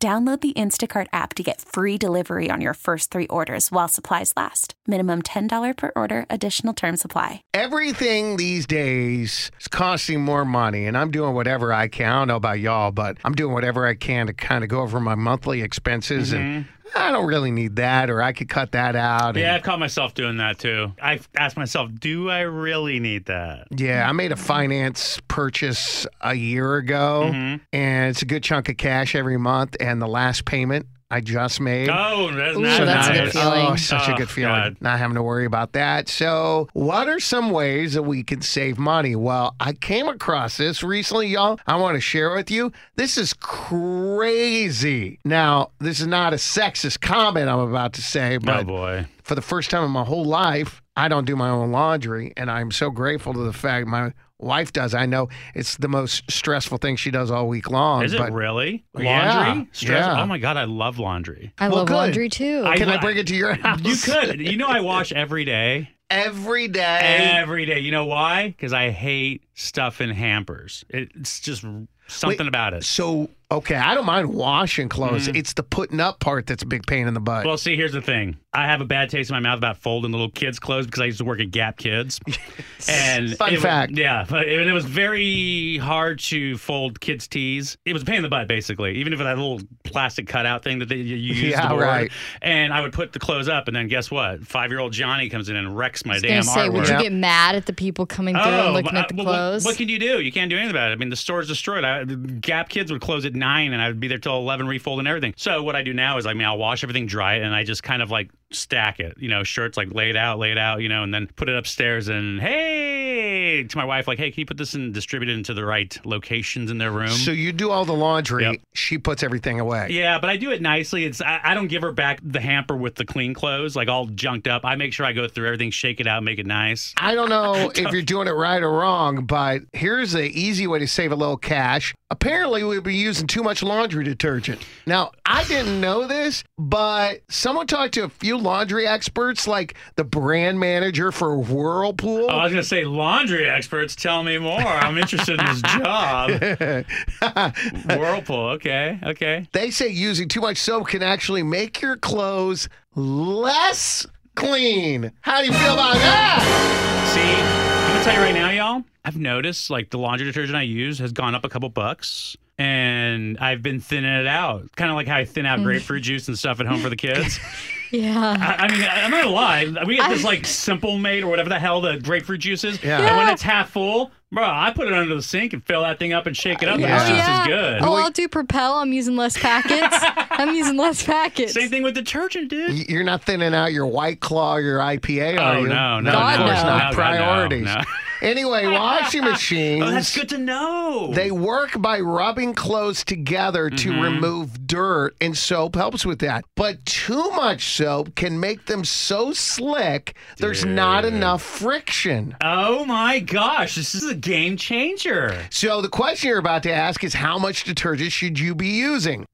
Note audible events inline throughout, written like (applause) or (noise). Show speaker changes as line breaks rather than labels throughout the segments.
Download the Instacart app to get free delivery on your first three orders while supplies last. Minimum $10 per order, additional term supply.
Everything these days is costing more money, and I'm doing whatever I can. I don't know about y'all, but I'm doing whatever I can to kind of go over my monthly expenses and. I don't really need that, or I could cut that out. and-
Yeah, I've caught myself doing that too. I've asked myself, do I really need that?
Yeah, I made a finance purchase a year ago,
Mm-hmm.
and it's a good chunk of cash every month. And the last payment I just made.
Oh, that's
So
not
Ah, that's a good
nice.
feeling.
Oh, such a
Oh,
good feeling.
God.
Not having to worry about that. So, what are some ways that we can save money? Well, I came across this recently, y'all. I want to share with you. This is crazy. Now, this is not a sexist comment I'm about to say,
Oh
but
boy.
for the first time in my whole life, I don't do my own laundry, and I'm so grateful to the fact my wife does. I know it's the most stressful thing she does all week long.
Is it
but
really?
Yeah,
Laundry? Stress?
yeah.
Oh my god, I love laundry.
I
Well,
love
good.
laundry too.
I-
can I bring it to your house?
You could. You know I wash every
(laughs)
day.
every day.
Every day. You know why? Because I hate stuff in hampers. It, it's just something about it.
So okay, I don't mind washing clothes. It's the putting up part that's a big pain in the butt.
Mm-hmm. Well, see, here's the thing. I have a bad taste in my mouth about folding little kids' clothes because I used to work at Gap
(laughs)
Kids. And
Fun
it was-
fact.
yeah, but it, it was very hard to fold kids' tees. It was a pain in the butt, basically, even if it had a little plastic cutout thing that they, you
(laughs)
you use.
Yeah,
the board.
right.
And I would put the clothes up, and then guess what? Five year old Johnny comes in and wrecks my
was
damn
gonna say,
artwork.
would you
Yeah.
get mad at the people coming through and looking
but,
at the
uh, what-
clothes?
What, can you do? You can't do anything about it. I mean, the store's destroyed. I, Gap Kids would close at nine, and I would be there till eleven, refolding everything. So what I do now is, I mean, I'll wash everything, dry it, and I just kind of like stack it. You know, shirts like laid out, laid out. You know, and then put it upstairs. And hey, to my wife, like, hey, can you put this and distribute it into the right locations in their room?
so you do all the laundry.
um, Yep.
She puts everything away.
yeah, but I do it nicely. It's I, I don't give her back the hamper with the clean clothes, like all junked up. I make sure I go through everything, shake it out, make it nice.
I don't
(laughs)
know if you're doing it right or wrong, but here's the easy way to save a little cash. Apparently, we've been using too much laundry detergent. Now, I didn't know this, but someone talked to a few laundry experts, like the brand manager for Whirlpool.
Oh, I was gonna say laundry experts. Tell me more. I'm interested in this job. Uh,
(laughs)
(laughs) Whirlpool. Okay. Okay.
they say using too much soap can actually make your clothes less clean. How do you feel about that?
See, I'm gonna tell you right now, y'all. I've noticed like the laundry detergent I use has gone up a couple bucks, and I've been thinning it out. Kind of like how I thin out grapefruit juice and stuff at home for the kids. (laughs)
yeah.
I, I mean, I- I'm not gonna lie. We get this like Simple Made or whatever the hell the grapefruit juice is.
Yeah.
And when it's half full, bro, I put it under the sink and fill that thing up and shake it up.
Yeah.
Yeah.
Oh,
The juice is good.
Oh, I'll do Propel. I'm using less
(laughs)
packets. I'm using less packets.
Same thing with detergent, dude.
Y- You're not thinning out your White Claw or your IPA, are
Oh,
you?
no, no,
of
no.
course
No,
not.
God, no,
Priorities.
no.
(laughs) Anyway,
(laughs)
washing machines.
Oh, that's good to know.
They work by rubbing clothes together
Mm-hmm.
to remove dirt, and soap helps with that. But too much soap can make them so slick, there's not enough friction.
oh my gosh, this is a game changer.
So, the question you're about to ask is how much detergent should you be using?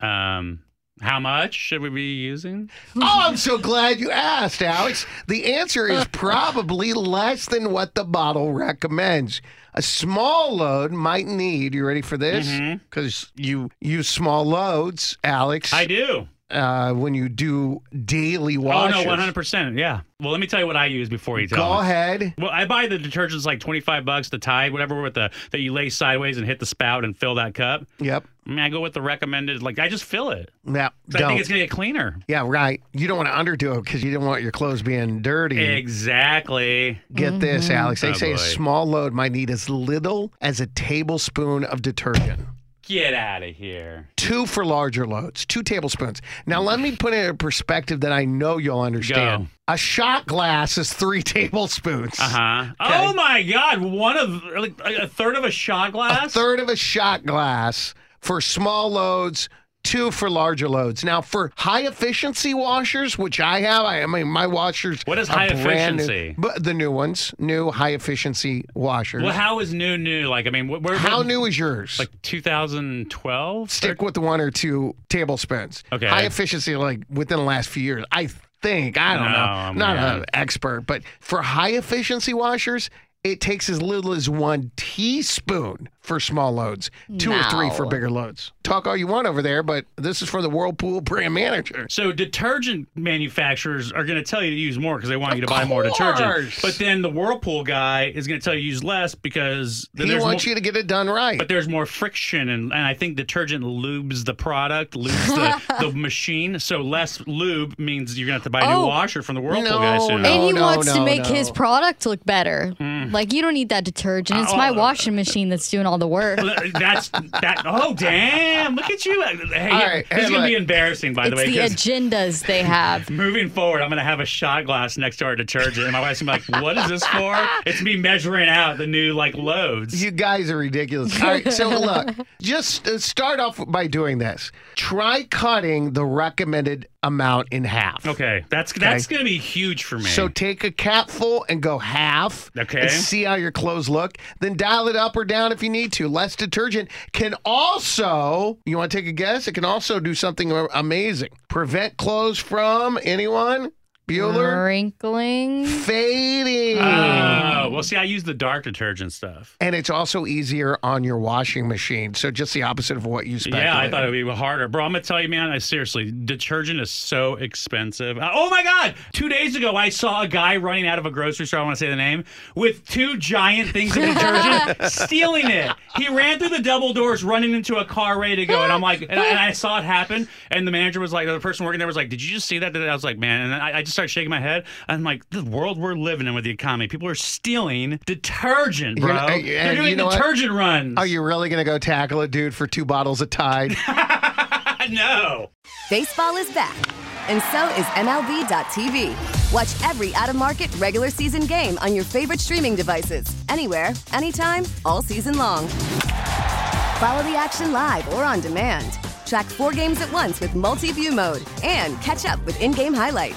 Um, how much should we be using?
Oh, I'm so glad you asked, Alex. The answer
(laughs)
is probably less than what the bottle recommends. A small load might need, you ready for this?
Mm-hmm.
Because you use small loads, Alex.
I do.
uh, when you do daily
Oh
washes.
no, one hundred percent. Yeah. Well, let me tell you what I use before you tell.
Go
me.
ahead.
Well, I buy the detergents like twenty five bucks, the Tide, whatever, with the that you lay sideways and hit the spout and fill that cup.
Yep.
I mean, I go with the recommended. Like, I just fill it.
Now,
'Cause I think it's
don't.
gonna get cleaner.
Yeah, right. You don't want to underdo it because you don't want your clothes being dirty.
Exactly.
Get this, Alex. They
Oh,
say a
boy.
small load might need as little as a tablespoon of detergent.
Get out of here.
Two for larger loads, two tablespoons. Now, let me put it in perspective that I know you'll understand.
Go.
A shot glass is three (laughs) tablespoons.
Uh huh. Oh my God! One of like a third of a shot
A
glass.
third of a shot glass for small loads, two for larger loads. Now, for high efficiency washers, which I have, I, I mean, my washers.
What is
are
high
brand new-
efficiency?
but the new ones, new high efficiency washers.
Well, how is new new? Like, I mean, wh- where,
How
where-
new is yours?
Like 2012.
Stick with the one or two tablespoons.
Okay.
High efficiency, like within the last few years. I think, I don't
No,
know.
I
not
mean-
an expert, but for high efficiency washers, it takes as little as one teaspoon for small loads, two or three for
No.
bigger loads. Talk all you want over there, but this is for the Whirlpool brand manager.
So detergent manufacturers are going to tell you to use more because they want you to buy more
course.
detergent. But then the Whirlpool guy is going to tell you to use less because then
He
there's
wants
more,
you to get it done right.
but there's more friction and, and I think detergent lubes the product, lubes
(laughs)
the, the machine. So less lube means you're going to have to buy a new
Oh.
washer from the Whirlpool
No,
guy soon.
no.
and he wants to
no,
make
no.
his product look better. Like you don't need that detergent. It's my
Mm. Oh.
washing machine that's doing all the work.
That's that. Oh damn! Look at you. Hey,
All right,
this is gonna
hey,
be
look.
embarrassing, by the
It's
way.
the
'cause-
agendas they have.
Moving forward, I'm gonna have a shot glass next to our detergent, and my wife's gonna be like, "What is this for?" It's me measuring out the new like loads.
You guys are ridiculous. All right, so look, just uh, start off by doing this. Try cutting the recommended amount in half.
okay, that's that's gonna be huge for me.
So take a capful and go half.
Okay.
And see how your clothes look. Then dial it up or down if you need to. Less detergent can also, you want to take a guess? It can also do something a- amazing. Prevent clothes from anyone? Bueller?
Wrinkling.
Fading.
oh, well, see, I use the dark detergent stuff.
and it's also easier on your washing machine. So just the opposite of what you spent.
Yeah, I thought it would be harder, bro. I'm gonna tell you, man. I seriously, detergent is so expensive. Uh, oh my god! Two days ago, I saw a guy running out of a grocery store. I want to say the name with two giant things
(laughs)
of detergent, stealing it. He ran through the double doors, running into a car ready to go. And
(laughs)
I'm like, and I, and I saw it happen. And the manager was like, the person working there was like, "Did you just see that?" I was like, "Man," and I, I just started shaking my head. I'm like, "The world we're living in with the economy, people are stealing detergent,
You're
bro.
not- uh,
They're
and
doing
you know what?
detergent runs."
Are you really going to go tackle a dude for two bottles of Tide?
no.
Baseball is back, and so is MLB.tv. Watch every out of market regular season game on your favorite streaming devices, anywhere, anytime, all season long. Follow the action live or on demand. Track four games at once with multi view mode and catch up with in game highlights.